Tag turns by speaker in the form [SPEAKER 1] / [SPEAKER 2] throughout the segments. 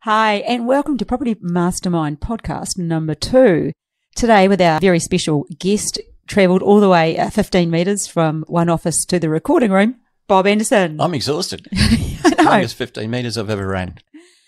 [SPEAKER 1] Hi, and welcome to Property Mastermind podcast number two. Today, with our very special guest, travelled all the way uh, 15 metres from one office to the recording room, Bob Anderson.
[SPEAKER 2] I'm exhausted.
[SPEAKER 1] I know.
[SPEAKER 2] Longest 15 metres I've ever ran.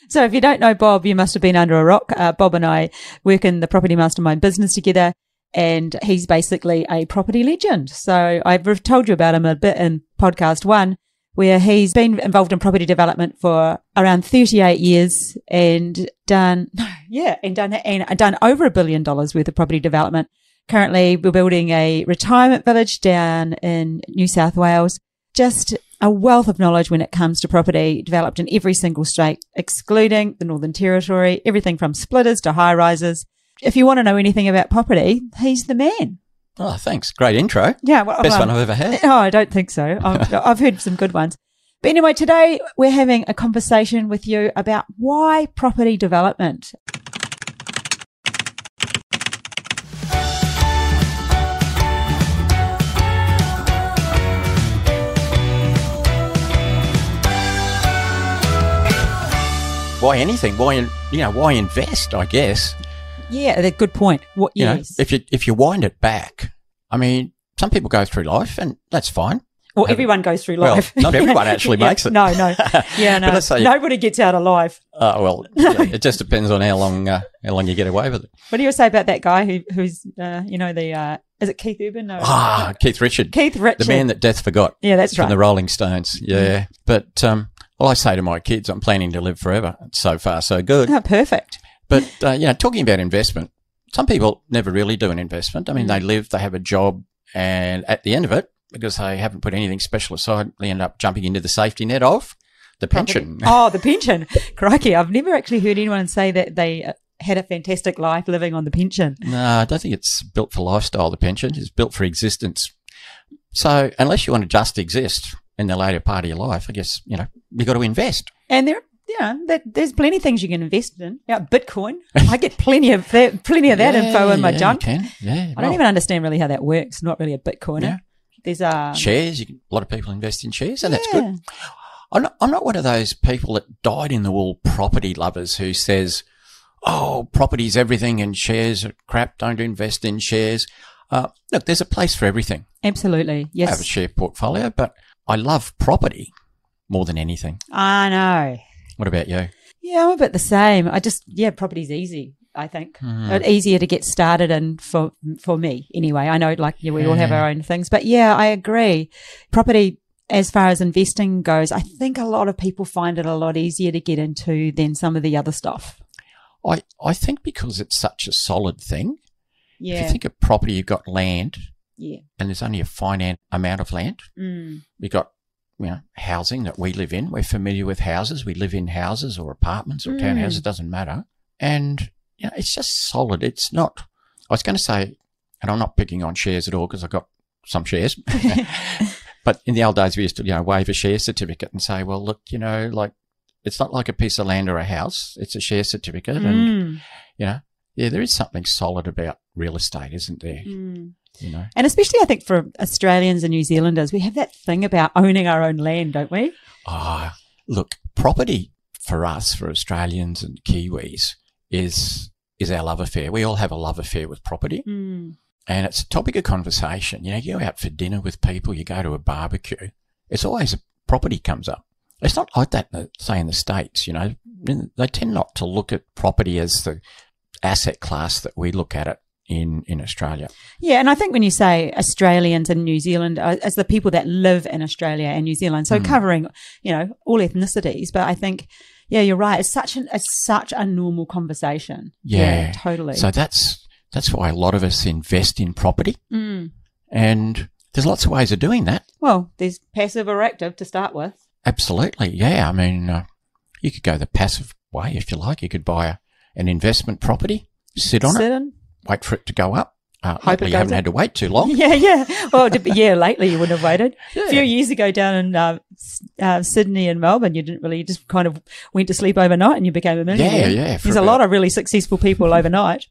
[SPEAKER 1] So if you don't know Bob, you must have been under a rock. Uh, Bob and I work in the property mastermind business together and he's basically a property legend. So I've re- told you about him a bit in podcast one where he's been involved in property development for around 38 years and done, no, yeah, and done, and done over a billion dollars worth of property development. Currently we're building a retirement village down in New South Wales just a wealth of knowledge when it comes to property developed in every single state, excluding the Northern Territory, everything from splitters to high rises. If you want to know anything about property, he's the man.
[SPEAKER 2] Oh, thanks. Great intro.
[SPEAKER 1] Yeah. Well,
[SPEAKER 2] Best
[SPEAKER 1] well,
[SPEAKER 2] one I've ever had.
[SPEAKER 1] No, I don't think so. I've, I've heard some good ones. But anyway, today we're having a conversation with you about why property development.
[SPEAKER 2] Why anything? Why in- you know? Why invest? I guess
[SPEAKER 1] Yeah, that's a good point. What,
[SPEAKER 2] you
[SPEAKER 1] yes.
[SPEAKER 2] know if you if you wind it back. I mean, some people go through life and that's fine.
[SPEAKER 1] well, everyone goes through
[SPEAKER 2] Well,
[SPEAKER 1] life.
[SPEAKER 2] not everyone actually
[SPEAKER 1] Yeah,
[SPEAKER 2] makes it.
[SPEAKER 1] No, no. Yeah, no.
[SPEAKER 2] but let's say
[SPEAKER 1] Nobody gets out alive.
[SPEAKER 2] uh, well, yeah, it just depends on how long uh, how long you get away with it.
[SPEAKER 1] What do you say about that guy who, who's, uh, you know, the uh, is it Keith Urban? No,
[SPEAKER 2] Ah, Keith Richard,
[SPEAKER 1] Keith
[SPEAKER 2] the
[SPEAKER 1] Richard.
[SPEAKER 2] man that death forgot
[SPEAKER 1] yeah, that's
[SPEAKER 2] from
[SPEAKER 1] right. Mm.
[SPEAKER 2] the Rolling Stones. Yeah, but um, well, I say to my kids, I'm planning to live forever. So far, so good.
[SPEAKER 1] Oh, perfect.
[SPEAKER 2] But uh, you know, talking about investment, some people never really do an investment. I mean,
[SPEAKER 1] Mm.
[SPEAKER 2] they live, they have a job, and at the end of it, because they haven't put anything special aside, they end up jumping into the safety net of the pension.
[SPEAKER 1] Oh, the pension. Crikey, I've never actually heard anyone say that they uh, had a fantastic life living on the pension.
[SPEAKER 2] No, I don't think it's built for lifestyle. The pension it's built for existence. So unless you want to just exist in the later part of your life, I guess you know you got to invest.
[SPEAKER 1] And there, yeah, that, there's plenty of things you can invest in. Yeah, Bitcoin. I get plenty of that, plenty of that
[SPEAKER 2] Yeah,
[SPEAKER 1] info in my
[SPEAKER 2] yeah,
[SPEAKER 1] junk.
[SPEAKER 2] You can. Yeah,
[SPEAKER 1] I don't
[SPEAKER 2] well,
[SPEAKER 1] even understand really how that works. Not really a Bitcoiner.
[SPEAKER 2] Yeah.
[SPEAKER 1] There's um,
[SPEAKER 2] shares. You can, a lot of people invest in shares, and that's
[SPEAKER 1] yeah.
[SPEAKER 2] good. I'm not, I'm not one of those people that died in the wool property lovers who says, oh, property's everything and shares are crap. Don't invest in shares. Uh, look, there's a place for everything.
[SPEAKER 1] Absolutely.
[SPEAKER 2] I have
[SPEAKER 1] Yes.
[SPEAKER 2] a share portfolio, but I love property more than anything.
[SPEAKER 1] I know.
[SPEAKER 2] What about you?
[SPEAKER 1] Yeah, I'm a bit the same. I just yeah, property's easy. I think
[SPEAKER 2] Hmm.
[SPEAKER 1] But easier to get started in for for me anyway. I know like yeah, we all have our own things, but yeah, I agree. Property as far as investing goes, I think a lot of people find it a lot easier to get into than some of the other stuff.
[SPEAKER 2] I, I think because it's such a solid thing. If
[SPEAKER 1] Yeah,
[SPEAKER 2] you think of property, you've got land
[SPEAKER 1] yeah,
[SPEAKER 2] and there's only a finite amount of land.
[SPEAKER 1] mm.
[SPEAKER 2] We've got you know, housing that we live in. We're familiar with houses. We live in houses or apartments or
[SPEAKER 1] Mm.
[SPEAKER 2] townhouses. It doesn't matter. And you know, it's just solid. It's not. I was going to say, and I'm not picking on shares at all because I got some shares. but in the old days, we used to you know waive a share certificate and say, well, look, you know, like it's not like a piece of land or a house. It's a share certificate, and
[SPEAKER 1] Mm.
[SPEAKER 2] you know, yeah, there is something solid about real estate, isn't there?
[SPEAKER 1] Mm.
[SPEAKER 2] You know.
[SPEAKER 1] and especially I think for Australians and New Zealanders, we have that thing about owning our own land, don't we?
[SPEAKER 2] Ah, look, property for us, for Australians and Kiwis, is is our love affair. We all have a love affair with property,
[SPEAKER 1] Mm.
[SPEAKER 2] and it's a topic of conversation. You know, you go out for dinner with people, you go to a barbecue. It's always a property comes up. It's not like that, uh, say in the states. You know, In- they tend not to look at property as the asset class that we look at it in in Australia.
[SPEAKER 1] Yeah, and I think when you say Australians and New Zealand, uh, as the people that live in Australia and New Zealand,
[SPEAKER 2] Mm.
[SPEAKER 1] so covering you know all ethnicities, but I think yeah, you're right. It's such an it's such a normal conversation.
[SPEAKER 2] Yeah.
[SPEAKER 1] totally.
[SPEAKER 2] So that's that's why a lot of us invest in property,
[SPEAKER 1] Mm.
[SPEAKER 2] and there's lots of ways of doing that.
[SPEAKER 1] Well, there's passive or active to start with.
[SPEAKER 2] Absolutely, yeah. I mean, uh, you could go the passive way if you like. You could buy a, an investment property, sit on it,
[SPEAKER 1] Sit in.
[SPEAKER 2] wait for it to go up. Uh,
[SPEAKER 1] Hope it
[SPEAKER 2] hopefully, you
[SPEAKER 1] goes
[SPEAKER 2] haven't
[SPEAKER 1] up.
[SPEAKER 2] had to wait too long.
[SPEAKER 1] Yeah, yeah. Well, d- yeah. Lately, you wouldn't have waited. A few
[SPEAKER 2] Yeah.
[SPEAKER 1] years ago, down in uh, S- uh, Sydney and Melbourne, you didn't really you just kind of went to sleep overnight and you became a millionaire.
[SPEAKER 2] yeah, for
[SPEAKER 1] There's a
[SPEAKER 2] about-
[SPEAKER 1] lot of really successful people overnight.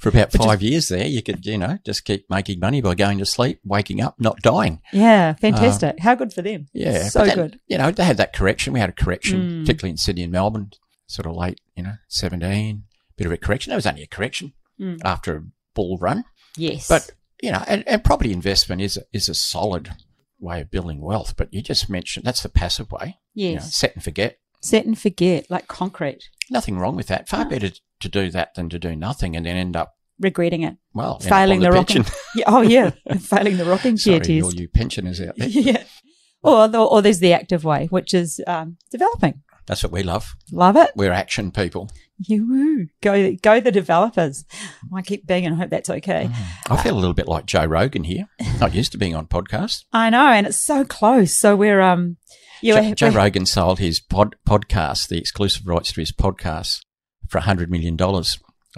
[SPEAKER 2] For about five years there, you could, you know, just keep making money by going to sleep, waking up, not dying.
[SPEAKER 1] Yeah, fantastic. How good for them.
[SPEAKER 2] Uh, Yeah,
[SPEAKER 1] So
[SPEAKER 2] but that-
[SPEAKER 1] good. Hmm.
[SPEAKER 2] You know, they had that correction. We had a correction, particularly in Sydney and Melbourne. sort of late, you know, 17, bit of a correction. That was only a correction
[SPEAKER 1] Mm.
[SPEAKER 2] after a bull run.
[SPEAKER 1] Yes.
[SPEAKER 2] But, you know, and, and property investment is, is a solid way of building wealth, but you just mentioned that's the passive way.
[SPEAKER 1] yes.
[SPEAKER 2] You know, set and forget.
[SPEAKER 1] Set and forget, like concrete,
[SPEAKER 2] Nothing wrong with that. Far
[SPEAKER 1] No.
[SPEAKER 2] better to do that than to do nothing and then end up,
[SPEAKER 1] regretting it.
[SPEAKER 2] well, end up
[SPEAKER 1] Failing
[SPEAKER 2] on
[SPEAKER 1] the rocking-
[SPEAKER 2] pension.
[SPEAKER 1] Yeah, oh, yeah. Failing the rocking chair
[SPEAKER 2] Sorry, all
[SPEAKER 1] test.
[SPEAKER 2] you pensioners out there.
[SPEAKER 1] yeah. Or, the, or there's the active way, which is um, developing.
[SPEAKER 2] That's what we love.
[SPEAKER 1] Love it.
[SPEAKER 2] We're action people.
[SPEAKER 1] You go, go the developers. I keep being, and I hope that's okay.
[SPEAKER 2] I feel a little bit like Joe Rogan here. Not used to being on podcasts.
[SPEAKER 1] I know, and it's so close. So we're um, you
[SPEAKER 2] Jo-
[SPEAKER 1] we're-
[SPEAKER 2] Joe
[SPEAKER 1] we're-
[SPEAKER 2] Rogan sold his pod, podcast, the exclusive rights to his podcast, for $100 million. Oh.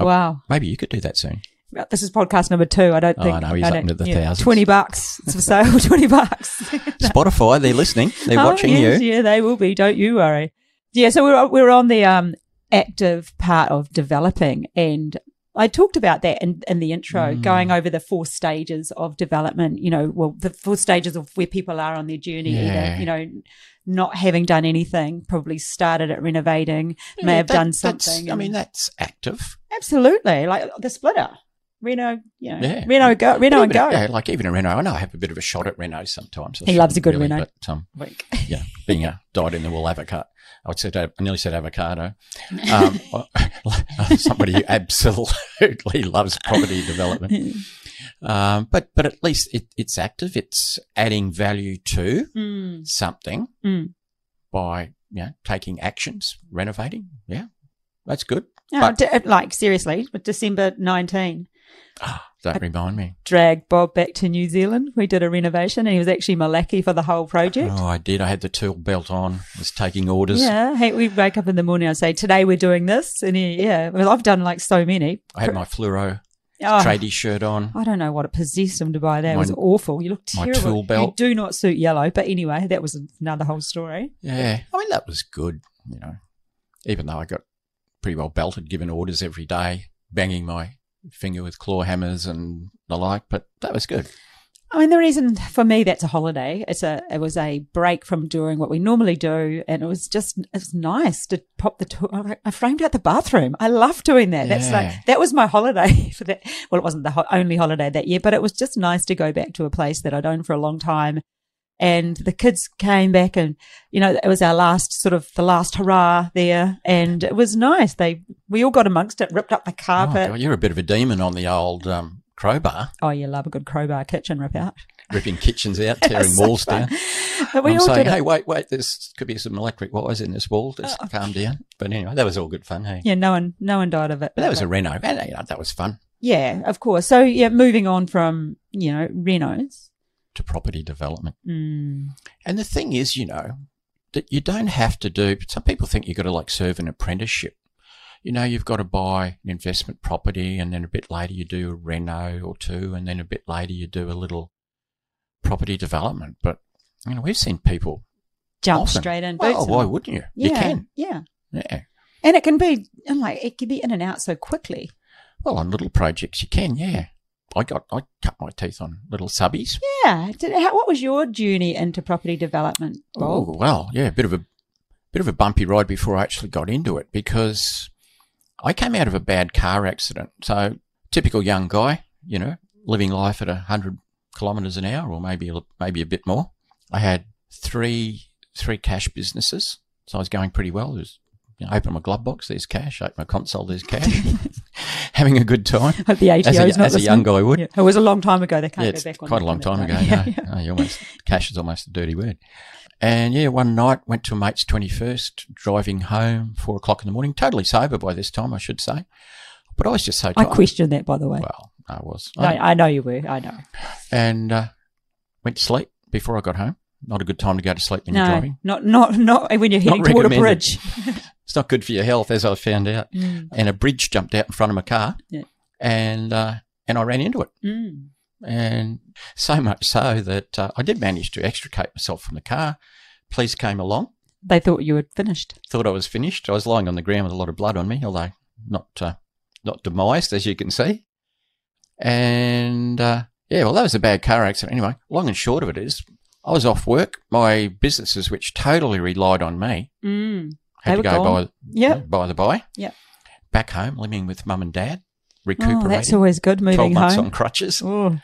[SPEAKER 1] wow.
[SPEAKER 2] Maybe you could do that soon.
[SPEAKER 1] Well, This is podcast number two. I don't
[SPEAKER 2] Oh,
[SPEAKER 1] think.
[SPEAKER 2] I know, he's
[SPEAKER 1] I
[SPEAKER 2] up
[SPEAKER 1] don't-
[SPEAKER 2] into the thousands.
[SPEAKER 1] Twenty bucks. It's for sale. Twenty bucks.
[SPEAKER 2] Spotify, they're listening. They're
[SPEAKER 1] Oh,
[SPEAKER 2] watching
[SPEAKER 1] yes,
[SPEAKER 2] you.
[SPEAKER 1] Yeah, they will be. Don't you worry. Yeah, so we're we're on the um active part of developing, and I talked about that in in the intro,
[SPEAKER 2] Mm.
[SPEAKER 1] going over the four stages of development. You know, well, the four stages of where people are on their journey.
[SPEAKER 2] Yeah.
[SPEAKER 1] Either you know, not having done anything, probably started at renovating, may have
[SPEAKER 2] That-
[SPEAKER 1] done
[SPEAKER 2] that's-
[SPEAKER 1] something.
[SPEAKER 2] I
[SPEAKER 1] and-
[SPEAKER 2] mean, that's active.
[SPEAKER 1] absolutely, like the splitter. Reno, you know,
[SPEAKER 2] Yeah.
[SPEAKER 1] Reno go, Reno and
[SPEAKER 2] Even
[SPEAKER 1] go.
[SPEAKER 2] a- Yeah, like even a Renault. I know I have a bit of a shot at Renault sometimes. I
[SPEAKER 1] He loves a
[SPEAKER 2] shouldn't
[SPEAKER 1] good Renault.
[SPEAKER 2] But um,
[SPEAKER 1] Wink.
[SPEAKER 2] yeah, being a dyed in the wool avocado. I would say, I nearly said avocado. Um, somebody who absolutely loves property development. Um, but but at least it, it's active. It's adding value to
[SPEAKER 1] Mm.
[SPEAKER 2] something
[SPEAKER 1] Mm.
[SPEAKER 2] by you know, taking actions, renovating. Yeah, that's good.
[SPEAKER 1] No,
[SPEAKER 2] But-
[SPEAKER 1] de- like seriously, but December nineteen.
[SPEAKER 2] Don't remind me.
[SPEAKER 1] dragged Bob back to New Zealand. We did a renovation and he was actually my lackey for the whole project.
[SPEAKER 2] Oh, I did. I had the tool belt on. Was taking orders.
[SPEAKER 1] yeah, hey, we'd wake up in the morning and say, Today we're doing this. And he, yeah, well, I've done like so many.
[SPEAKER 2] I had my fluoro
[SPEAKER 1] Oh,
[SPEAKER 2] tradie shirt on.
[SPEAKER 1] I don't know what it possessed him to buy that. It was
[SPEAKER 2] My-
[SPEAKER 1] awful. You look
[SPEAKER 2] my
[SPEAKER 1] terrible.
[SPEAKER 2] tool belt.
[SPEAKER 1] You do not suit yellow. But anyway, that was another whole story.
[SPEAKER 2] Yeah, I mean that was good. You know, even though I got pretty well belted, giving orders every day, banging my finger with claw hammers and the like, but that was good.
[SPEAKER 1] I mean, the reason for me that's a holiday. It's a it was a break from doing what we normally do, and it was just it was nice to pop the. To- I- I framed out the bathroom. I love doing that. That's
[SPEAKER 2] Yeah.
[SPEAKER 1] like that was my holiday for that. Well, it wasn't the ho- only holiday that year, but it was just nice to go back to a place that I'd owned for a long time. And the kids came back, and you know it was our last sort of the last hurrah there, and it was nice. They we all got amongst it, ripped up the
[SPEAKER 2] Oh,
[SPEAKER 1] carpet. Oh,
[SPEAKER 2] God, you're a bit of a demon on the old um, crowbar,
[SPEAKER 1] you love a good crowbar kitchen rip out,
[SPEAKER 2] ripping kitchens out, tearing
[SPEAKER 1] So
[SPEAKER 2] walls
[SPEAKER 1] fun.
[SPEAKER 2] down.
[SPEAKER 1] But we
[SPEAKER 2] I'm
[SPEAKER 1] all
[SPEAKER 2] saying,
[SPEAKER 1] did it. Oh.
[SPEAKER 2] hey, wait, wait, there's could be some electric wires in this wall. Just calm down. But anyway, that was all good fun. Hey,
[SPEAKER 1] Yeah, no one, no one died of it.
[SPEAKER 2] but that was a Renault, and you know, that was fun
[SPEAKER 1] yeah, of course. So yeah, moving on from you know Renos.
[SPEAKER 2] to property development.
[SPEAKER 1] Mm.
[SPEAKER 2] And the thing is, you know, that you don't have to do, some people think you've got to like serve an apprenticeship. You know, you've got to buy an investment property and then a bit later you do a reno or two and then a bit later you do a little property development. But, you know, we've seen people.
[SPEAKER 1] Jump
[SPEAKER 2] often,
[SPEAKER 1] straight in.
[SPEAKER 2] Well,
[SPEAKER 1] boots
[SPEAKER 2] why
[SPEAKER 1] on.
[SPEAKER 2] wouldn't you?
[SPEAKER 1] Yeah,
[SPEAKER 2] You can.
[SPEAKER 1] Yeah,
[SPEAKER 2] Yeah.
[SPEAKER 1] and it can be and like it can be in and out so quickly.
[SPEAKER 2] Well, on little projects, you can, yeah. I got, I cut my teeth on little subbies.
[SPEAKER 1] Yeah. Did, how, what was your journey into property development, Bob?
[SPEAKER 2] Oh well, yeah, a bit of a bit of a bumpy ride before I actually got into it because I came out of a bad car accident. So typical young guy, you know, living life at hundred kilometres an hour or maybe a- maybe a bit more. I had three three cash businesses, so I was going pretty well. It was, you know, open my glove box, there's cash. Open my console, there's cash. Having a good time.
[SPEAKER 1] Hope the ATO's
[SPEAKER 2] As a,
[SPEAKER 1] not
[SPEAKER 2] as a young guy would.
[SPEAKER 1] listening. Yeah, It was a long time ago. They can't
[SPEAKER 2] Yeah,
[SPEAKER 1] go
[SPEAKER 2] it's
[SPEAKER 1] back. on
[SPEAKER 2] quite
[SPEAKER 1] that
[SPEAKER 2] a long time
[SPEAKER 1] kind
[SPEAKER 2] ago.
[SPEAKER 1] of
[SPEAKER 2] No,
[SPEAKER 1] data.
[SPEAKER 2] no, you almost cash is almost a dirty word. And yeah, one night went to a mate's twenty first, driving home four o'clock in the morning, totally sober by this time, I should say. But I was just so
[SPEAKER 1] I
[SPEAKER 2] tired.
[SPEAKER 1] questioned that, by the way.
[SPEAKER 2] Well, I was,
[SPEAKER 1] No, I know you were. I know.
[SPEAKER 2] and uh, went to sleep before I got home. Not a good time to go to sleep when you're
[SPEAKER 1] No,
[SPEAKER 2] driving.
[SPEAKER 1] not not not when you're heading toward a
[SPEAKER 2] recommended.
[SPEAKER 1] bridge.
[SPEAKER 2] It's not good for your health, as I found out.
[SPEAKER 1] Mm,
[SPEAKER 2] And a bridge jumped out in front of my car,
[SPEAKER 1] Yeah.
[SPEAKER 2] and uh, and I ran into it.
[SPEAKER 1] mm.
[SPEAKER 2] and so much so that uh, I did manage to extricate myself from the car. Police came along,
[SPEAKER 1] They thought you had finished.
[SPEAKER 2] thought I was finished. I was lying on the ground with a lot of blood on me, although not uh, not demised, as you can see. And uh, yeah, well, that was a bad car accident. Anyway, long and short of it is, I was off work. My businesses, which totally relied on me,
[SPEAKER 1] Mm.
[SPEAKER 2] Had
[SPEAKER 1] They
[SPEAKER 2] to
[SPEAKER 1] were
[SPEAKER 2] go
[SPEAKER 1] gone.
[SPEAKER 2] by,
[SPEAKER 1] Yep.
[SPEAKER 2] by the by.
[SPEAKER 1] Yep.
[SPEAKER 2] Back home, living with mum and dad, recuperating.
[SPEAKER 1] Oh, that's always good
[SPEAKER 2] 12
[SPEAKER 1] moving
[SPEAKER 2] months
[SPEAKER 1] home.
[SPEAKER 2] on crutches
[SPEAKER 1] Oh,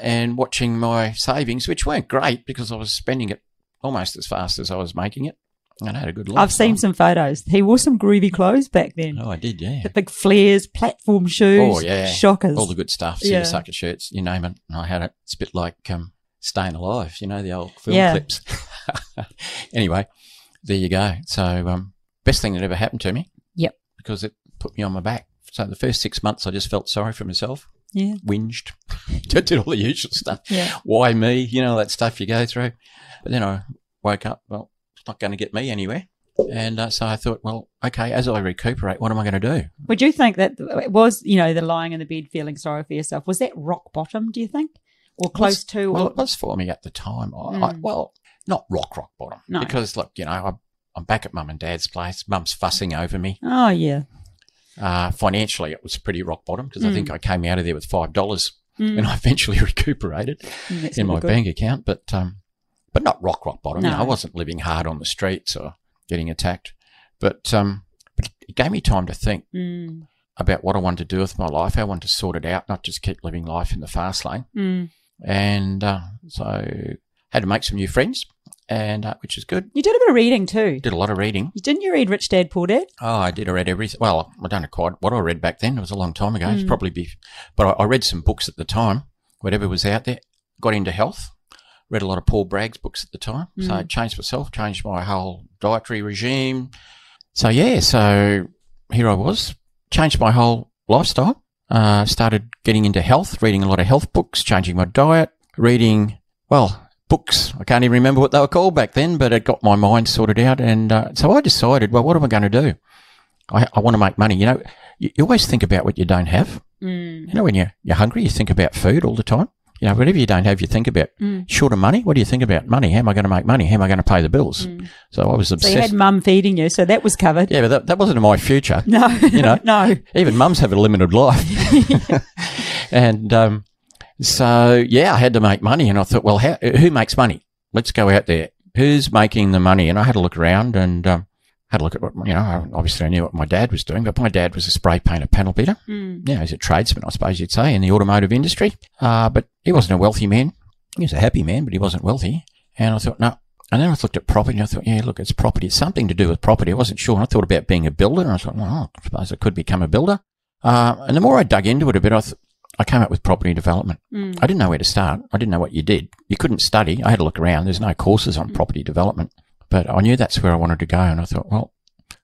[SPEAKER 2] and watching my savings, which weren't great because I was spending it almost as fast as I was making it. And I had a good life.
[SPEAKER 1] I've seen some photos. He wore some groovy clothes back then.
[SPEAKER 2] Oh, I did, yeah.
[SPEAKER 1] The big flares, platform shoes,
[SPEAKER 2] Oh, yeah.
[SPEAKER 1] shockers.
[SPEAKER 2] All the good stuff,
[SPEAKER 1] Yeah.
[SPEAKER 2] yeah. sucker shirts, you name it. And I had it. It's a bit like um, Staying Alive, you know, the old film
[SPEAKER 1] Yeah.
[SPEAKER 2] clips. anyway, there you go. So, um, best thing that ever happened to me.
[SPEAKER 1] Yep.
[SPEAKER 2] Because it put me on my back. So, the first six months, I just felt sorry for myself,
[SPEAKER 1] yeah,
[SPEAKER 2] whinged, did all the usual stuff.
[SPEAKER 1] yeah,
[SPEAKER 2] Why me? You know, that stuff you go through. But then I woke up, well, it's not going to get me anywhere. And uh, so I thought, well, okay, as I recuperate, what am I going to do?
[SPEAKER 1] Would you think that it was, you know, the lying in the bed feeling sorry for yourself? Was that rock bottom, do you think? Or close to?
[SPEAKER 2] Well,
[SPEAKER 1] Or,
[SPEAKER 2] it was for me at the time. I, I,
[SPEAKER 1] Mm.
[SPEAKER 2] well, not rock, rock bottom.
[SPEAKER 1] No.
[SPEAKER 2] Because, look, you know, I, I'm back at mum and dad's place. Mum's fussing over me.
[SPEAKER 1] oh, yeah.
[SPEAKER 2] Uh, financially, it was pretty rock bottom because I
[SPEAKER 1] Mm.
[SPEAKER 2] think I came out of there with $5
[SPEAKER 1] Mm,
[SPEAKER 2] and I eventually recuperated
[SPEAKER 1] mm, that's
[SPEAKER 2] in
[SPEAKER 1] never
[SPEAKER 2] my
[SPEAKER 1] good.
[SPEAKER 2] bank account. But, um, but not rock, rock bottom. You know,
[SPEAKER 1] No.
[SPEAKER 2] I wasn't living hard on the streets or getting attacked. But, um, but it gave me time to think
[SPEAKER 1] Mm,
[SPEAKER 2] about what I wanted to do with my life, how I wanted to sort it out, not just keep living life in the fast lane.
[SPEAKER 1] mm.
[SPEAKER 2] and uh, so had to make some new friends, and uh, which is good.
[SPEAKER 1] You did a bit of reading too.
[SPEAKER 2] Did a lot of reading.
[SPEAKER 1] You Didn't you read Rich Dad Poor Dad?
[SPEAKER 2] Oh, I did. I read everything. Well, I don't know quite what I read back then. It was a long time ago. It's
[SPEAKER 1] Mm.
[SPEAKER 2] probably be, but I, I read some books at the time. Whatever was out there, got into health. Read a lot of Paul Bragg's books at the time, so
[SPEAKER 1] Mm.
[SPEAKER 2] it changed myself, changed my whole dietary regime. So yeah, so here I was, changed my whole lifestyle. Uh, started getting into health, reading a lot of health books, changing my diet, reading well books. I can't even remember what they were called back then, but it got my mind sorted out. And uh, so I decided, well, what am I going to do? I, I want to make money. You know, you, you always think about what you don't have.
[SPEAKER 1] Mm,
[SPEAKER 2] You know, when you're, you're hungry, you think about food all the time. You know, whatever you don't have, you think about.
[SPEAKER 1] Mm.
[SPEAKER 2] Short of money, what do you think about? Money. How am I going to make money? How am I going to pay the bills?
[SPEAKER 1] mm.
[SPEAKER 2] So I was
[SPEAKER 1] So you
[SPEAKER 2] obsessed.
[SPEAKER 1] had mum feeding you, so that was covered.
[SPEAKER 2] yeah, but that, that wasn't my future.
[SPEAKER 1] No,
[SPEAKER 2] know.
[SPEAKER 1] no.
[SPEAKER 2] Even mums have a limited life. and um, so, yeah, I had to make money. And I thought, well, how, who makes money? Let's go out there. Who's making the money? And I had a look around and um, had a look at what, you know, I- obviously I knew what my dad was doing, but my dad was a spray painter panel beater.
[SPEAKER 1] Mm,
[SPEAKER 2] you know, he's a tradesman, I suppose you'd say, in the automotive industry. Uh, but he wasn't a wealthy man. He was a happy man, but he wasn't wealthy. And I thought, no. And then I looked at property and I thought, yeah, look, it's property. It's something to do with property. I wasn't sure. And I thought about being a builder and I thought, well, I suppose I could become a builder. Uh, and the more I dug into it a bit, I, th- I came up with property development.
[SPEAKER 1] mm,
[SPEAKER 2] I didn't know where to start. I didn't know what you did. You couldn't study. I had to look around. There's no courses on property development, but I knew that's where I wanted to go. And I thought, well,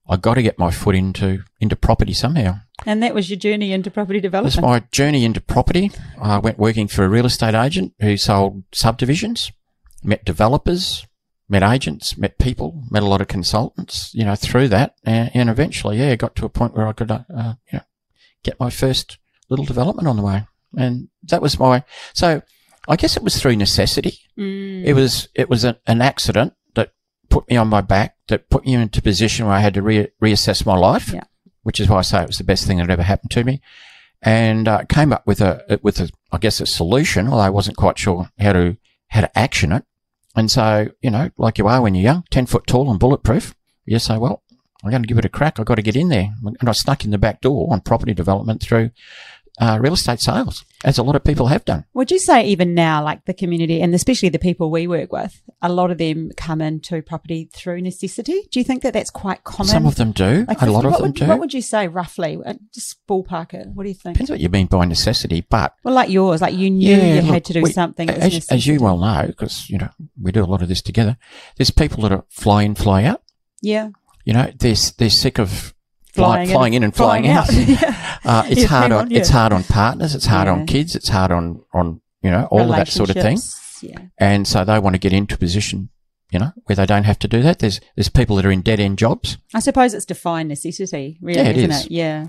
[SPEAKER 2] I got to get my foot into, into property somehow.
[SPEAKER 1] And that was your journey into property
[SPEAKER 2] That's
[SPEAKER 1] development.
[SPEAKER 2] my journey into property. I went working for a real estate agent who sold subdivisions, met developers, met agents, met people, met a lot of consultants, you know, through that. And, and eventually, yeah, got to a point where I could, uh, uh, you know, get my first little development on the way. And that was my, so I guess it was through necessity.
[SPEAKER 1] Mm,
[SPEAKER 2] It was, it was a, an accident that put me on my back, that put me into a position where I had to re- reassess my life
[SPEAKER 1] Yeah.
[SPEAKER 2] which is why I say it was the best thing that ever happened to me. And uh, came up with a with a I guess a solution, although I wasn't quite sure how to how to action it. And so you know, like you are when you're young, ten foot tall and bulletproof, you say, well, I'm going to give it a crack. I've got to get in there, and I snuck in the back door on property development through uh, real estate sales, as a lot of people have done.
[SPEAKER 1] Would you say even now, like the community and especially the people we work with, a lot of them come into property through necessity? Do you think that that's quite common?
[SPEAKER 2] Some of them do,
[SPEAKER 1] Like
[SPEAKER 2] a lot
[SPEAKER 1] what
[SPEAKER 2] of them
[SPEAKER 1] would,
[SPEAKER 2] do.
[SPEAKER 1] What would you say roughly? Uh, Just ballpark it. What do you think?
[SPEAKER 2] Depends what you mean by necessity, but
[SPEAKER 1] Well, like yours, like you knew you
[SPEAKER 2] look,
[SPEAKER 1] had to do
[SPEAKER 2] we-
[SPEAKER 1] something. that was
[SPEAKER 2] As, as you
[SPEAKER 1] necessary.
[SPEAKER 2] well know, because you know we do a lot of this together. There's people that are fly in, fly out.
[SPEAKER 1] yeah,
[SPEAKER 2] You know, they're s- they're sick of fly,
[SPEAKER 1] Flying in-
[SPEAKER 2] flying in and flying, out.
[SPEAKER 1] yeah.
[SPEAKER 2] uh, it's
[SPEAKER 1] Yeah,
[SPEAKER 2] hard
[SPEAKER 1] hang
[SPEAKER 2] on,
[SPEAKER 1] on, yeah.
[SPEAKER 2] it's hard on partners. It's hard
[SPEAKER 1] Yeah.
[SPEAKER 2] on kids. It's hard on on you know all of that sort of thing.
[SPEAKER 1] Relationships, Yeah.
[SPEAKER 2] And so they want to get into a position, you know, where they don't have to do that. There's there's people that are in dead end jobs.
[SPEAKER 1] I suppose it's defined necessity, really,
[SPEAKER 2] Yeah, it
[SPEAKER 1] isn't
[SPEAKER 2] is.
[SPEAKER 1] it? Yeah.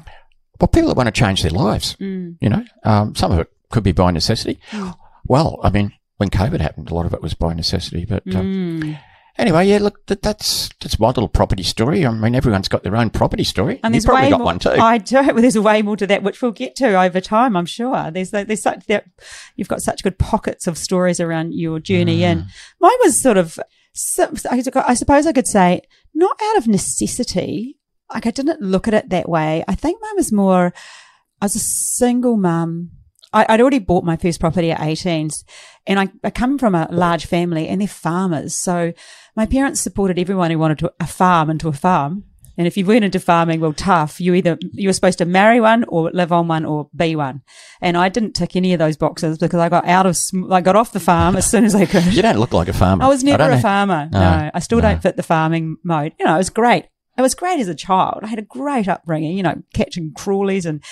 [SPEAKER 2] Well, people that want to change their lives.
[SPEAKER 1] Mm.
[SPEAKER 2] You know, um, some of it could be by necessity.
[SPEAKER 1] Mm.
[SPEAKER 2] Well, I mean, when COVID happened, a lot of it was by necessity, but. Um,
[SPEAKER 1] Mm.
[SPEAKER 2] Anyway, yeah, look, that, that's that's my little property story. I mean, everyone's got their own property story.
[SPEAKER 1] And
[SPEAKER 2] you
[SPEAKER 1] there's
[SPEAKER 2] probably
[SPEAKER 1] way
[SPEAKER 2] got
[SPEAKER 1] more,
[SPEAKER 2] one too.
[SPEAKER 1] I do. Well, there's way more to that, which we'll get to over time, I'm sure. There's there's such that you've got such good pockets of
[SPEAKER 2] Mm.
[SPEAKER 1] stories around your journey, and mine was sort of, I suppose I could say, not out of necessity. Like I didn't look at it that way. I think mine was more, I was a single mum. I, I'd already bought my first property at 18 and I, I come from a large family and they're farmers. So my parents supported everyone who wanted to, a farm into a farm. And if you weren't into farming, well, tough. You either, you were supposed to marry one or live on one or be one. And I didn't tick any of those boxes because I got out of, sm- I got off the farm as soon as I could.
[SPEAKER 2] You don't look like a farmer.
[SPEAKER 1] I was never
[SPEAKER 2] don't
[SPEAKER 1] a
[SPEAKER 2] know.
[SPEAKER 1] farmer. No,
[SPEAKER 2] No,
[SPEAKER 1] I still
[SPEAKER 2] no.
[SPEAKER 1] don't fit the farming mode. You know, it was great. It was great as a child. I had a great upbringing. You know, catching crawlies and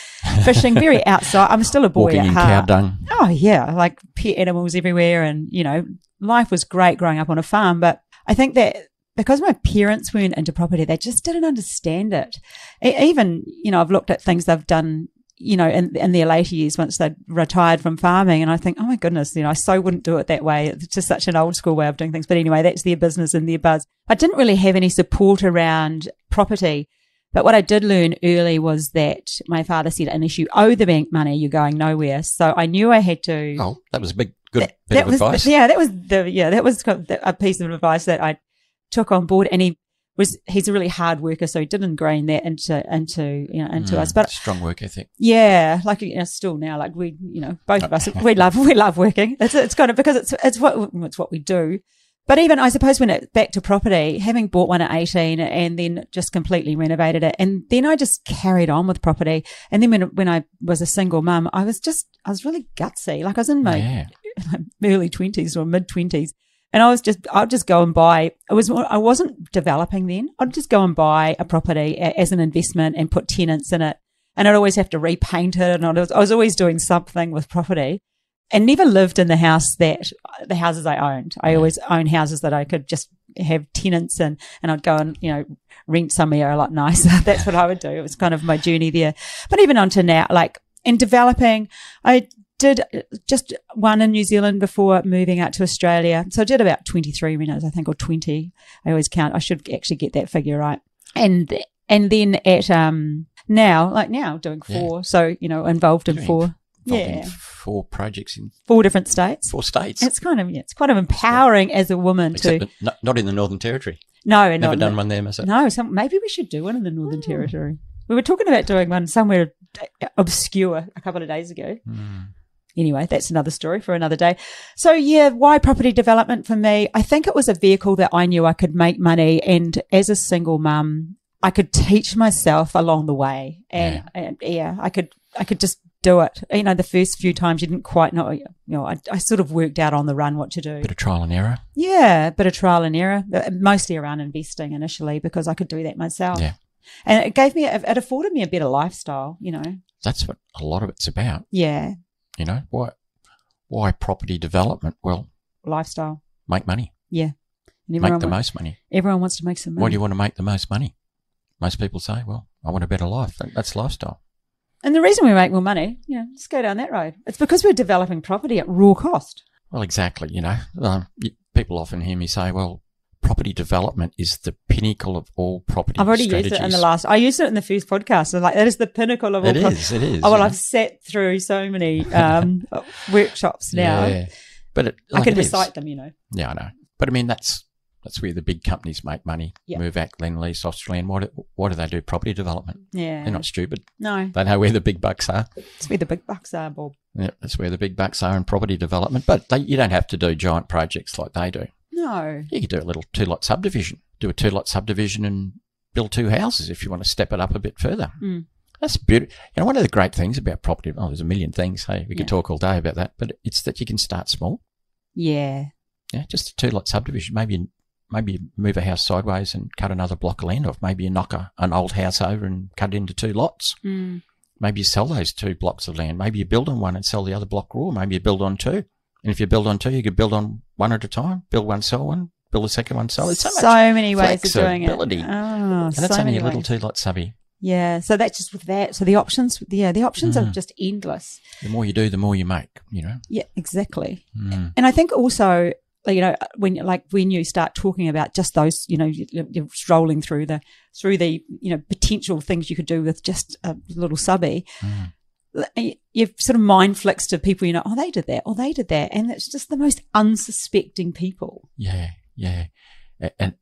[SPEAKER 1] fishing, very outside. I'm still a boy
[SPEAKER 2] Walking
[SPEAKER 1] at
[SPEAKER 2] in
[SPEAKER 1] heart.
[SPEAKER 2] cow dung.
[SPEAKER 1] Oh yeah, like pet animals everywhere, and you know, life was great growing up on a farm. But I think that because my parents weren't into property, they just didn't understand it. E- even you know, I've looked at things they've done, you know, in, in their later years once they would retired from farming, and I think, oh my goodness, you know, I so wouldn't do it that way. It's just such an old school way of doing things. But anyway, that's their business and their buzz. I didn't really have any support around property. But what I did learn early was that my father said, unless you owe the bank money, you're going nowhere. So I knew I had to.
[SPEAKER 2] Oh, that was a big, good
[SPEAKER 1] that,
[SPEAKER 2] bit
[SPEAKER 1] that
[SPEAKER 2] of
[SPEAKER 1] was,
[SPEAKER 2] advice.
[SPEAKER 1] Yeah, that was the yeah that was kind of the- a piece of advice that I took on board. And he was he's a really hard worker, so he did ingrain that into into you know into
[SPEAKER 2] Mm,
[SPEAKER 1] us. But
[SPEAKER 2] strong work ethic.
[SPEAKER 1] yeah, like you know, still now, like we, you know, both of us, we love we love working. It's it's kind of because it's it's what it's what we do. But even I suppose when it back to property, having bought one at eighteen and then just completely renovated it, and then I just carried on with property. And then when when I was a single mum, I was just I was really gutsy. Like I was in my
[SPEAKER 2] yeah.
[SPEAKER 1] early twenties or mid twenties. And I was just, I'd just go and buy. It was, I wasn't developing then. I'd just go and buy a property a- as an investment and put tenants in it. And I'd always have to repaint it. And I was, I was always doing something with property and never lived in the house that the houses I owned. I always owned houses that I could just have tenants in and I'd go and, you know, rent somewhere a lot nicer. That's what I would do. It was kind of my journey there. But even onto now, like in developing, I did just one in New Zealand before moving out to Australia. So I did about 23 minutes, I think, or 20. I always count. I should actually get that figure right. And, and then at, um, now, like now doing
[SPEAKER 2] Yeah.
[SPEAKER 1] four. So, you know, involved in
[SPEAKER 2] Doing
[SPEAKER 1] four.
[SPEAKER 2] Involved
[SPEAKER 1] Yeah.
[SPEAKER 2] in Four projects in
[SPEAKER 1] Four different states.
[SPEAKER 2] four states.
[SPEAKER 1] It's kind of yeah, it's kind of empowering as a woman
[SPEAKER 2] Except
[SPEAKER 1] to
[SPEAKER 2] that- no- not in the Northern Territory.
[SPEAKER 1] no, and
[SPEAKER 2] Never
[SPEAKER 1] not-
[SPEAKER 2] done one there myself.
[SPEAKER 1] No, some, maybe we should do one in the Northern Territory. We were talking about doing one somewhere eh, obscure a couple of days ago.
[SPEAKER 2] Mm.
[SPEAKER 1] Anyway, that's another story for another day. So yeah, why property development for me? I think it was a vehicle that I knew I could make money, and as a single mum, I could teach myself along the way, and yeah, and, yeah I could I could just do it. You know, the first few times you didn't quite know. You know, I, I sort of worked out on the run what to do.
[SPEAKER 2] Bit of trial and error.
[SPEAKER 1] Yeah, a bit of trial and error, but mostly around investing initially because I could do that myself.
[SPEAKER 2] Yeah.
[SPEAKER 1] And it gave me, it afforded me a better lifestyle, you know.
[SPEAKER 2] That's what a lot of it's about.
[SPEAKER 1] Yeah,
[SPEAKER 2] You know why? Why property development? Well,
[SPEAKER 1] lifestyle.
[SPEAKER 2] make money.
[SPEAKER 1] And
[SPEAKER 2] Make the
[SPEAKER 1] wa-
[SPEAKER 2] most money.
[SPEAKER 1] everyone wants to make some
[SPEAKER 2] Why do
[SPEAKER 1] money.
[SPEAKER 2] you want to make the most money? Most people say, "Well, I want a better life." That- That's lifestyle.
[SPEAKER 1] and the reason we make more money, you know, let's go down that road. It's because we're developing property at raw cost.
[SPEAKER 2] Well, exactly. You know, um, y- people often hear me say, "Well, property development is the pinnacle of all property."
[SPEAKER 1] I've already
[SPEAKER 2] strategies.
[SPEAKER 1] used it in the last, I used it in the first podcast. And like, that is the pinnacle of all
[SPEAKER 2] It
[SPEAKER 1] pro-
[SPEAKER 2] is. It is.
[SPEAKER 1] Oh, well,
[SPEAKER 2] you
[SPEAKER 1] I've
[SPEAKER 2] know?
[SPEAKER 1] sat through so many um, workshops now.
[SPEAKER 2] Yeah, but it,
[SPEAKER 1] I
[SPEAKER 2] like
[SPEAKER 1] can
[SPEAKER 2] it is.
[SPEAKER 1] recite them, you know.
[SPEAKER 2] Yeah, I know. But I mean, that's that's where the big companies make money.
[SPEAKER 1] Yeah.
[SPEAKER 2] Mervac, Lendlease, Australian. What do- what do they do? Property development.
[SPEAKER 1] Yeah.
[SPEAKER 2] They're not stupid.
[SPEAKER 1] No,
[SPEAKER 2] They know where the big bucks are.
[SPEAKER 1] it's where the big bucks are, Bob.
[SPEAKER 2] Yeah, that's where the big bucks are in property development. But they, you don't have to do giant projects like they do.
[SPEAKER 1] No.
[SPEAKER 2] You could do a little two lot subdivision. Do a two lot subdivision and build two houses if you want to step it up a bit further.
[SPEAKER 1] Mm.
[SPEAKER 2] That's beautiful. You know, one of the great things about property, oh, there's a million things. Hey, we
[SPEAKER 1] Yeah.
[SPEAKER 2] could talk all day about that, but it's that you can start small.
[SPEAKER 1] Yeah.
[SPEAKER 2] Yeah, just a two lot subdivision. Maybe you, maybe you move a house sideways and cut another block of land off. Maybe you knock a, an old house over and cut it into two lots.
[SPEAKER 1] Mm.
[SPEAKER 2] Maybe you sell those two blocks of land. Maybe you build on one and sell the other block raw. Maybe you build on two. And if you build on two, you could build on one at a time. Build one, sell one. Build a second one, sell. There's so, much.
[SPEAKER 1] many ways of doing it.
[SPEAKER 2] flexibility.
[SPEAKER 1] Oh,
[SPEAKER 2] And that's
[SPEAKER 1] so
[SPEAKER 2] only
[SPEAKER 1] many
[SPEAKER 2] a little
[SPEAKER 1] ways.
[SPEAKER 2] two lot subby.
[SPEAKER 1] yeah. So that's just with that. So the options, yeah, the options
[SPEAKER 2] Ah.
[SPEAKER 1] are just endless.
[SPEAKER 2] The more you do, the more you make, you know.
[SPEAKER 1] Yeah, exactly.
[SPEAKER 2] Mm.
[SPEAKER 1] And I think also, like, you know, when like when you start talking about just those, you know, you- you're strolling through the through the you know potential things you could do with just a little subby.
[SPEAKER 2] Mm.
[SPEAKER 1] l- you- You've sort of mind flicks to people, you know, oh, they did that, oh, they did that. And it's just the most unsuspecting people.
[SPEAKER 2] Yeah, yeah. A- And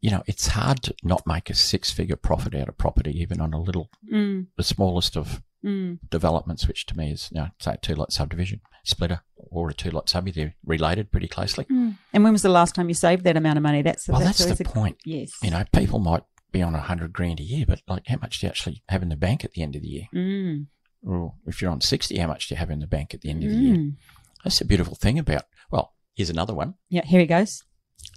[SPEAKER 2] you know, it's hard to not make a six figure profit out of property, even on a little,
[SPEAKER 1] Mm,
[SPEAKER 2] the smallest of
[SPEAKER 1] mm,
[SPEAKER 2] developments, which to me is, you know, say a two lot subdivision, splitter, or a two lot subby. They're related pretty closely.
[SPEAKER 1] mm. And when was the last time you saved that amount of money? That's
[SPEAKER 2] well,
[SPEAKER 1] that's,
[SPEAKER 2] Oh,
[SPEAKER 1] always
[SPEAKER 2] that's, the
[SPEAKER 1] a-
[SPEAKER 2] point.
[SPEAKER 1] Yes.
[SPEAKER 2] You know, people might be on a hundred grand a year, but like, how much do you actually have in the bank at the end of the year?
[SPEAKER 1] Mm,
[SPEAKER 2] Or if you're on 60, how much do you have in the bank at the end of the year?
[SPEAKER 1] mm.
[SPEAKER 2] That's the beautiful thing about, well, here's another one.
[SPEAKER 1] Yeah. Here it goes.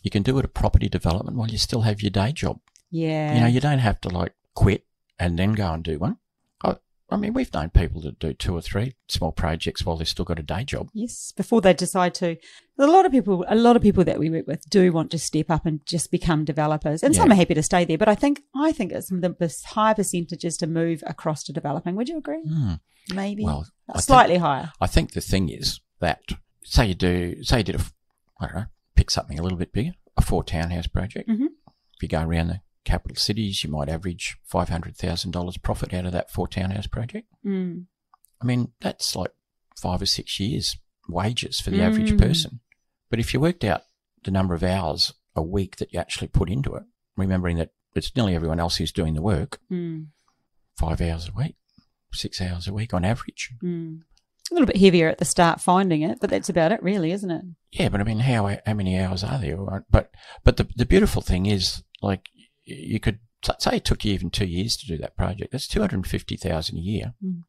[SPEAKER 2] You can do it a property development while you still have your day job.
[SPEAKER 1] Yeah.
[SPEAKER 2] You know, you don't have to like quit and then go and do one. I, I mean, we've known people that do two or three small projects while they've still got a day job.
[SPEAKER 1] Yes, before they decide to. A lot of people, a lot of people that we work with do want to step up and just become developers, and some
[SPEAKER 2] Yeah.
[SPEAKER 1] are happy to stay there. But I think, I think it's the the high percentage is to move across to developing. Would you agree?
[SPEAKER 2] Hmm.
[SPEAKER 1] Maybe
[SPEAKER 2] Well, I think-
[SPEAKER 1] slightly higher.
[SPEAKER 2] I think the thing is that say you do say you did a f- I don't know pick something a little bit bigger a four townhouse project.
[SPEAKER 1] Mhm.
[SPEAKER 2] If you go around the capital cities, you might average five hundred thousand dollars profit out of that four townhouse project.
[SPEAKER 1] Mm.
[SPEAKER 2] I mean that's like five or six years wages for the
[SPEAKER 1] Mm.
[SPEAKER 2] average person. But if you worked out the number of hours a week that you actually put into it, remembering that it's nearly everyone else who's doing the work,
[SPEAKER 1] Mm.
[SPEAKER 2] five hours a week, six hours a week on average.
[SPEAKER 1] Mm. A little bit heavier at the start finding it, but that's about it, really, isn't it?
[SPEAKER 2] Yeah, but I mean, how how many hours are there? Right? But but the the beautiful thing is, like, y- you could s- say it took you even two years to do that project. That's two hundred and fifty thousand a year,
[SPEAKER 1] Mm.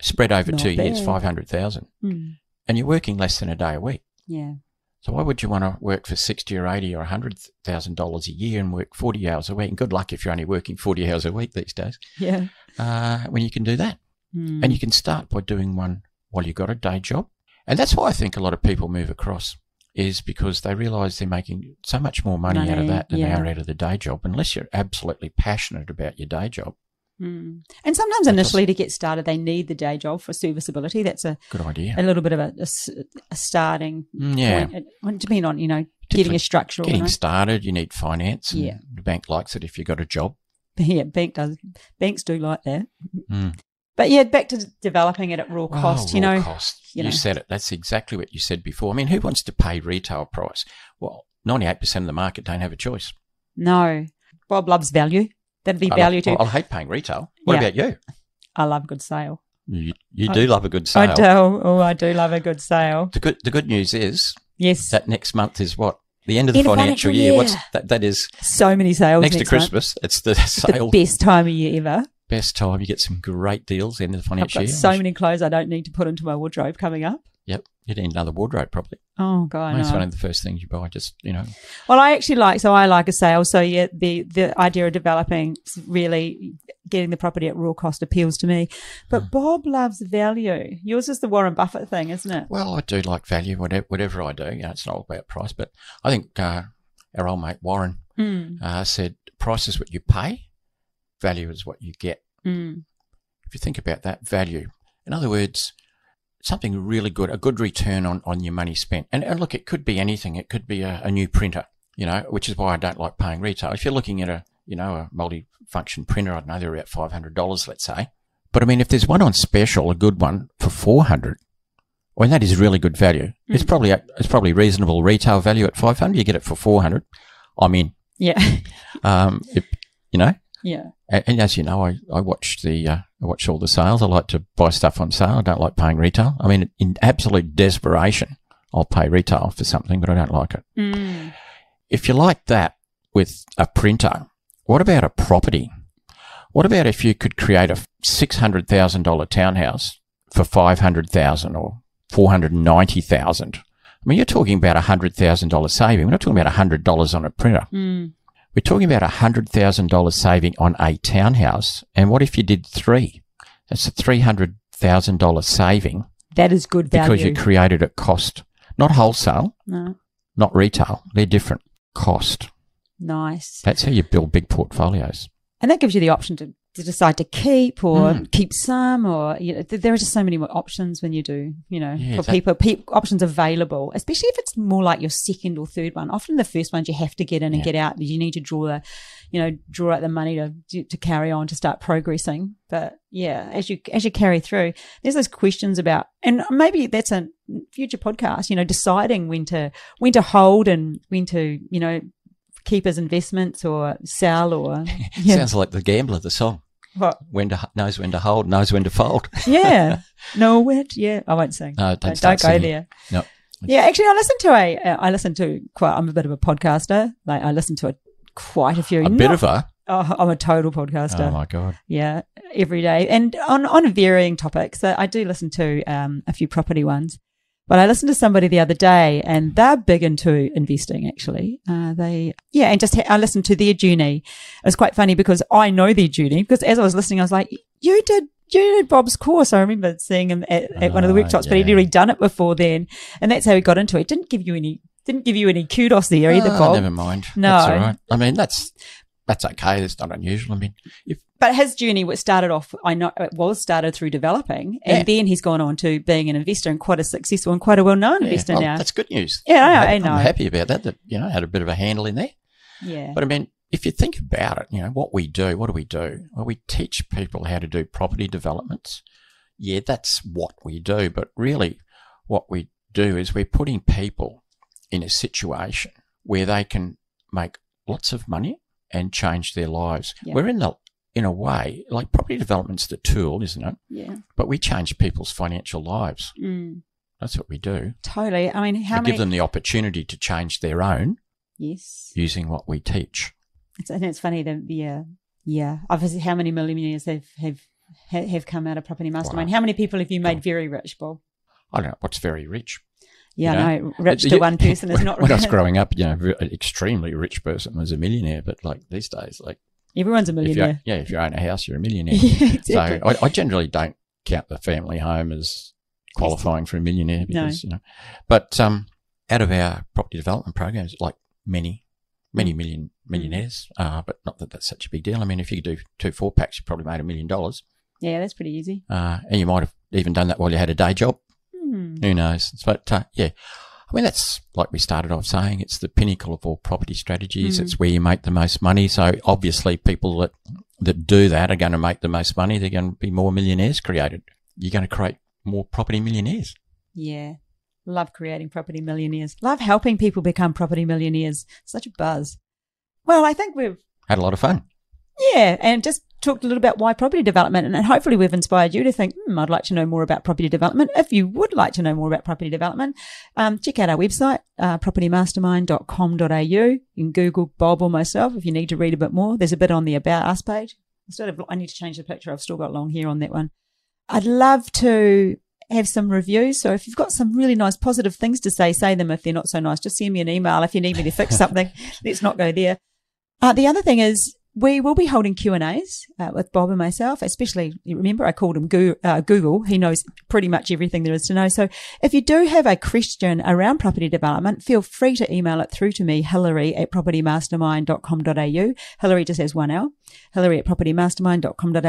[SPEAKER 2] spread over
[SPEAKER 1] Not
[SPEAKER 2] two years,
[SPEAKER 1] bad.
[SPEAKER 2] five hundred thousand,
[SPEAKER 1] Mm.
[SPEAKER 2] and you're working less than a day a week.
[SPEAKER 1] Yeah.
[SPEAKER 2] So why would you want to work for sixty or eighty or hundred thousand dollars a year and work forty hours a week? And good luck if you're only working forty hours a week these days.
[SPEAKER 1] Yeah.
[SPEAKER 2] Uh, when you can do that,
[SPEAKER 1] Mm.
[SPEAKER 2] and you can start by doing one while you've got a day job. And that's why I think a lot of people move across is because they realize they're making so much more money, out
[SPEAKER 1] Money,
[SPEAKER 2] of that than
[SPEAKER 1] yeah.
[SPEAKER 2] they are out of the day job, unless you're absolutely passionate about your day job.
[SPEAKER 1] Mm. And sometimes
[SPEAKER 2] That
[SPEAKER 1] initially to get started, they need the day job for serviceability. That's a,
[SPEAKER 2] Good idea.
[SPEAKER 1] a little bit of a, a s- a starting
[SPEAKER 2] Mm, yeah.
[SPEAKER 1] point. It- well, Depending on, you know, getting
[SPEAKER 2] Particularly
[SPEAKER 1] a structural.
[SPEAKER 2] Getting
[SPEAKER 1] you know.
[SPEAKER 2] started, you need finance. and
[SPEAKER 1] Yeah.
[SPEAKER 2] The bank likes it if you've got a job.
[SPEAKER 1] Yeah, bank does. Banks do like that.
[SPEAKER 2] Mm.
[SPEAKER 1] But yeah, back to developing it at raw
[SPEAKER 2] Oh,
[SPEAKER 1] cost, you
[SPEAKER 2] raw
[SPEAKER 1] know.
[SPEAKER 2] cost.
[SPEAKER 1] you
[SPEAKER 2] You,
[SPEAKER 1] know.
[SPEAKER 2] said it. That's exactly what you said before. I mean, who wants to pay retail price? Well, 98% of the market don't have a choice.
[SPEAKER 1] No. Bob loves value. That'd be
[SPEAKER 2] I love-
[SPEAKER 1] value too.
[SPEAKER 2] Well, I hate paying retail. What
[SPEAKER 1] Yeah.
[SPEAKER 2] about you?
[SPEAKER 1] I love good sale.
[SPEAKER 2] You, you
[SPEAKER 1] I-
[SPEAKER 2] do love a good sale.
[SPEAKER 1] I do. Oh, I do love a good sale.
[SPEAKER 2] The good the good news is
[SPEAKER 1] Yes.
[SPEAKER 2] that next month is what the end of the
[SPEAKER 1] End of financial
[SPEAKER 2] financial year. What's
[SPEAKER 1] year.
[SPEAKER 2] that? That is
[SPEAKER 1] so many sales
[SPEAKER 2] next, to
[SPEAKER 1] month.
[SPEAKER 2] Christmas. It's the
[SPEAKER 1] The
[SPEAKER 2] sale
[SPEAKER 1] best time of year ever.
[SPEAKER 2] best time. You get some great deals end of
[SPEAKER 1] I've
[SPEAKER 2] the financial
[SPEAKER 1] got
[SPEAKER 2] year.
[SPEAKER 1] so many clothes I don't need to put into my wardrobe coming up.
[SPEAKER 2] Yep, you need another wardrobe probably.
[SPEAKER 1] Oh god, I
[SPEAKER 2] That's
[SPEAKER 1] know.
[SPEAKER 2] one of the first things you buy. Just you know,
[SPEAKER 1] Well, I actually like so I like a sale. So yeah, the the idea of developing really getting the property at raw cost appeals to me. But Bob loves value. Yours is the Warren Buffett thing, isn't it?
[SPEAKER 2] well, I do like value. Whatever, whatever I do, you know, it's not all about price. But I think uh, our old mate Warren
[SPEAKER 1] Mm,
[SPEAKER 2] uh, said, "Price is what you pay, value is what you get."
[SPEAKER 1] mm,
[SPEAKER 2] if you think about that value, in other words, something really good, a good return on, on your money spent. And, and look, it could be anything. It could be a, a new printer, you know, which is why I don't like paying retail. If you're looking at a, you know, a multi-function printer, I don't know, they're about $500, let's say. But I mean, if there's one on special, a good one for 400, well, that is really good value. It's probably, a- it's probably reasonable retail value at 500. You get it for 400. I'm in.
[SPEAKER 1] Yeah,
[SPEAKER 2] Um, if, you know,
[SPEAKER 1] yeah.
[SPEAKER 2] and, and as you know, I, I watch the uh, I watch all the sales. I like to buy stuff on sale. I don't like paying retail. I mean, in absolute desperation, I'll pay retail for something, but I don't like it.
[SPEAKER 1] Mm.
[SPEAKER 2] If you like that with a printer, what about a property? What about if you could create a six hundred thousand dollar townhouse for five hundred thousand or four hundred ninety thousand? I mean, you're talking about a hundred thousand dollar saving. We're not talking about hundred dollars on a printer.
[SPEAKER 1] Mm.
[SPEAKER 2] We're talking about a hundred thousand dollars saving on a townhouse. And what if you did three? That's a three hundred thousand dollar saving
[SPEAKER 1] That is good value.
[SPEAKER 2] because you created at cost, not wholesale,
[SPEAKER 1] no.
[SPEAKER 2] not retail. They're different. Cost.
[SPEAKER 1] Nice.
[SPEAKER 2] That's how you build big portfolios.
[SPEAKER 1] And that gives you the option to, to decide to keep or
[SPEAKER 2] Mm.
[SPEAKER 1] keep some, or you know, th- there are just so many more options when you do, you know,
[SPEAKER 2] Yeah,
[SPEAKER 1] for
[SPEAKER 2] that-
[SPEAKER 1] people, pe- options available, especially if it's more like your second or third one. Often the first ones you have to get in and
[SPEAKER 2] Yeah.
[SPEAKER 1] get out. You need to draw the, you know, draw out the money to to carry on to start progressing. But yeah, as you as you carry through, there's those questions about, and maybe that's a future podcast. You know, deciding when to when to hold and when to you know keep as investments or sell or
[SPEAKER 2] Sounds like the gambler, the song.
[SPEAKER 1] What?
[SPEAKER 2] When to h- knows when to hold, knows when to fold.
[SPEAKER 1] yeah. No, what? Yeah, I won't sing.
[SPEAKER 2] No, don't
[SPEAKER 1] don't,
[SPEAKER 2] start
[SPEAKER 1] go
[SPEAKER 2] singing.
[SPEAKER 1] there.
[SPEAKER 2] No.
[SPEAKER 1] Yeah, actually, I listen to a. uh, I listen to quite. I'm a bit of a podcaster. Like I listen to a, quite a few.
[SPEAKER 2] A bit of a.
[SPEAKER 1] Oh, I'm a total podcaster.
[SPEAKER 2] Oh my god.
[SPEAKER 1] yeah, every day, and on on varying topics. So I do listen to um, a few property ones, but I listened to somebody the other day, and they're big into investing. Actually, uh, they yeah, and just ha- I listened to their journey. It was quite funny because I know their journey because as I was listening, I was like, "You did." You did Bob's course. I remember seeing him at, at one of the
[SPEAKER 2] Ah,
[SPEAKER 1] workshops, but he'd
[SPEAKER 2] yeah.
[SPEAKER 1] already done it before then, and that's how he got into it. Didn't give you any, didn't give you any kudos there either,
[SPEAKER 2] Ah,
[SPEAKER 1] Bob.
[SPEAKER 2] Never mind.
[SPEAKER 1] No.
[SPEAKER 2] That's all right. I mean, that's that's okay. That's not unusual. I mean,
[SPEAKER 1] but his journey was started off i know it was started through developing and
[SPEAKER 2] Yeah.
[SPEAKER 1] then he's gone on to being an investor and quite a successful and quite a well-known
[SPEAKER 2] yeah, Oh,
[SPEAKER 1] investor
[SPEAKER 2] well,
[SPEAKER 1] now
[SPEAKER 2] that's good news.
[SPEAKER 1] Yeah, I-
[SPEAKER 2] I'm
[SPEAKER 1] I
[SPEAKER 2] happy-
[SPEAKER 1] know.
[SPEAKER 2] I'm happy about that. That you know had a bit of a handle in there.
[SPEAKER 1] yeah
[SPEAKER 2] But I mean, if you think about it, you know, what we do, what do we do? Well, we teach people how to do property developments. Yeah, that's what we do. But really, what we do is we're putting people in a situation where they can make lots of money and change their lives.
[SPEAKER 1] Yeah.
[SPEAKER 2] We're in the, in a way, like property development's the tool, isn't it?
[SPEAKER 1] yeah
[SPEAKER 2] But we change people's financial lives.
[SPEAKER 1] mm,
[SPEAKER 2] That's what we do.
[SPEAKER 1] totally i mean
[SPEAKER 2] We
[SPEAKER 1] how many
[SPEAKER 2] give them the opportunity to change their own
[SPEAKER 1] yes
[SPEAKER 2] using what we teach.
[SPEAKER 1] it's, and it's funny that yeah yeah obviously how many millionaires have have ha- have come out of property mastermind
[SPEAKER 2] Wow.
[SPEAKER 1] how many people have you made very rich bob
[SPEAKER 2] I don't know what's very rich.
[SPEAKER 1] yeah I
[SPEAKER 2] You
[SPEAKER 1] know, rich to
[SPEAKER 2] Yeah.
[SPEAKER 1] one person is not
[SPEAKER 2] when I was
[SPEAKER 1] rich
[SPEAKER 2] growing up, you know, v- an extremely rich person was a millionaire, but like these days, like
[SPEAKER 1] everyone's a
[SPEAKER 2] if you
[SPEAKER 1] millionaire
[SPEAKER 2] yeah, if you own a house, you're a millionaire.
[SPEAKER 1] yeah,
[SPEAKER 2] So
[SPEAKER 1] exactly.
[SPEAKER 2] I, I generally don't count the family home as qualifying for a millionaire
[SPEAKER 1] No.
[SPEAKER 2] because you know, but um, out of our property development programs, like many,
[SPEAKER 1] Mm.
[SPEAKER 2] many million millionaires, uh, but not that that's such a big deal. I mean, if you do two four packs, you probably made a million dollars,
[SPEAKER 1] yeah that's pretty easy
[SPEAKER 2] uh, and you might have even done that while you had a day job.
[SPEAKER 1] Hmm.
[SPEAKER 2] Who knows? But uh, yeah, I mean, that's like we started off saying, it's the pinnacle of all property strategies.
[SPEAKER 1] Mm.
[SPEAKER 2] It's where you make the most money. So obviously, people that, that do that are going to make the most money. They're going to be more millionaires created. You're going to create more property millionaires.
[SPEAKER 1] Yeah. Love creating property millionaires. Love helping people become property millionaires. Such a buzz. Well, I think we've,
[SPEAKER 2] Had a lot of fun.
[SPEAKER 1] yeah, and just talked a little about why property development. And, and hopefully we've inspired you to think, hmm, I'd like to know more about property development. If you would like to know more about property development, um, check out our website, uh, propertymastermind.com.au. You can Google Bob or myself if you need to read a bit more. There's a bit on the About Us page. I sort of, I need to change the picture. I've still got long hair on that one. I'd love to have some reviews. So if you've got some really nice positive things to say, say them. If they're not so nice, just send me an email. If you need me to fix something, let's not go there. Uh, the other thing is we will be holding Q and A's uh, with Bob and myself, especially you remember I called him Goo- uh, Google. He knows pretty much everything there is to know. So if you do have a question around property development, feel free to email it through to me, Hillary at propertymastermind.com.au. Hillary just has one L. Hillary at propertymastermind.com.au.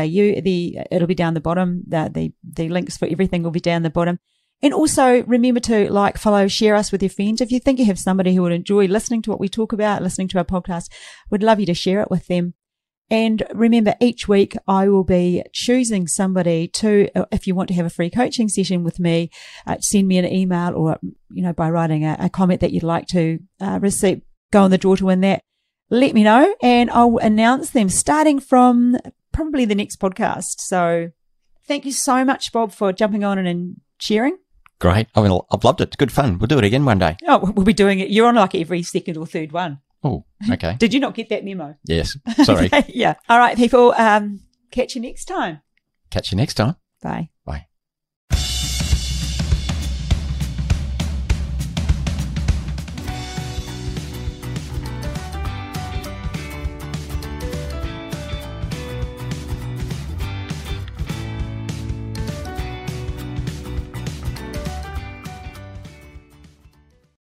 [SPEAKER 1] The, it'll be down the bottom. The, the, the links for everything will be down the bottom. And also remember to like, follow, share us with your friends. If you think you have somebody who would enjoy listening to what we talk about, listening to our podcast, we'd love you to share it with them. And remember, each week I will be choosing somebody to, uh, if you want to have a free coaching session with me, uh, send me an email or, you know, by writing a, a comment that you'd like to uh, receive. Go on the draw to win that. Let me know and I'll announce them starting from probably the next podcast. So thank you so much, Bob, for jumping on and, and sharing.
[SPEAKER 2] Great. I mean, I've loved it. It's good fun. We'll do it again one day.
[SPEAKER 1] Oh, we'll be doing it. You're on like every second or third one.
[SPEAKER 2] Oh, okay.
[SPEAKER 1] Did you not get that memo?
[SPEAKER 2] yes. Sorry.
[SPEAKER 1] yeah. All right, people. Um, catch you next time.
[SPEAKER 2] Catch you next time.
[SPEAKER 1] Bye.
[SPEAKER 2] Bye.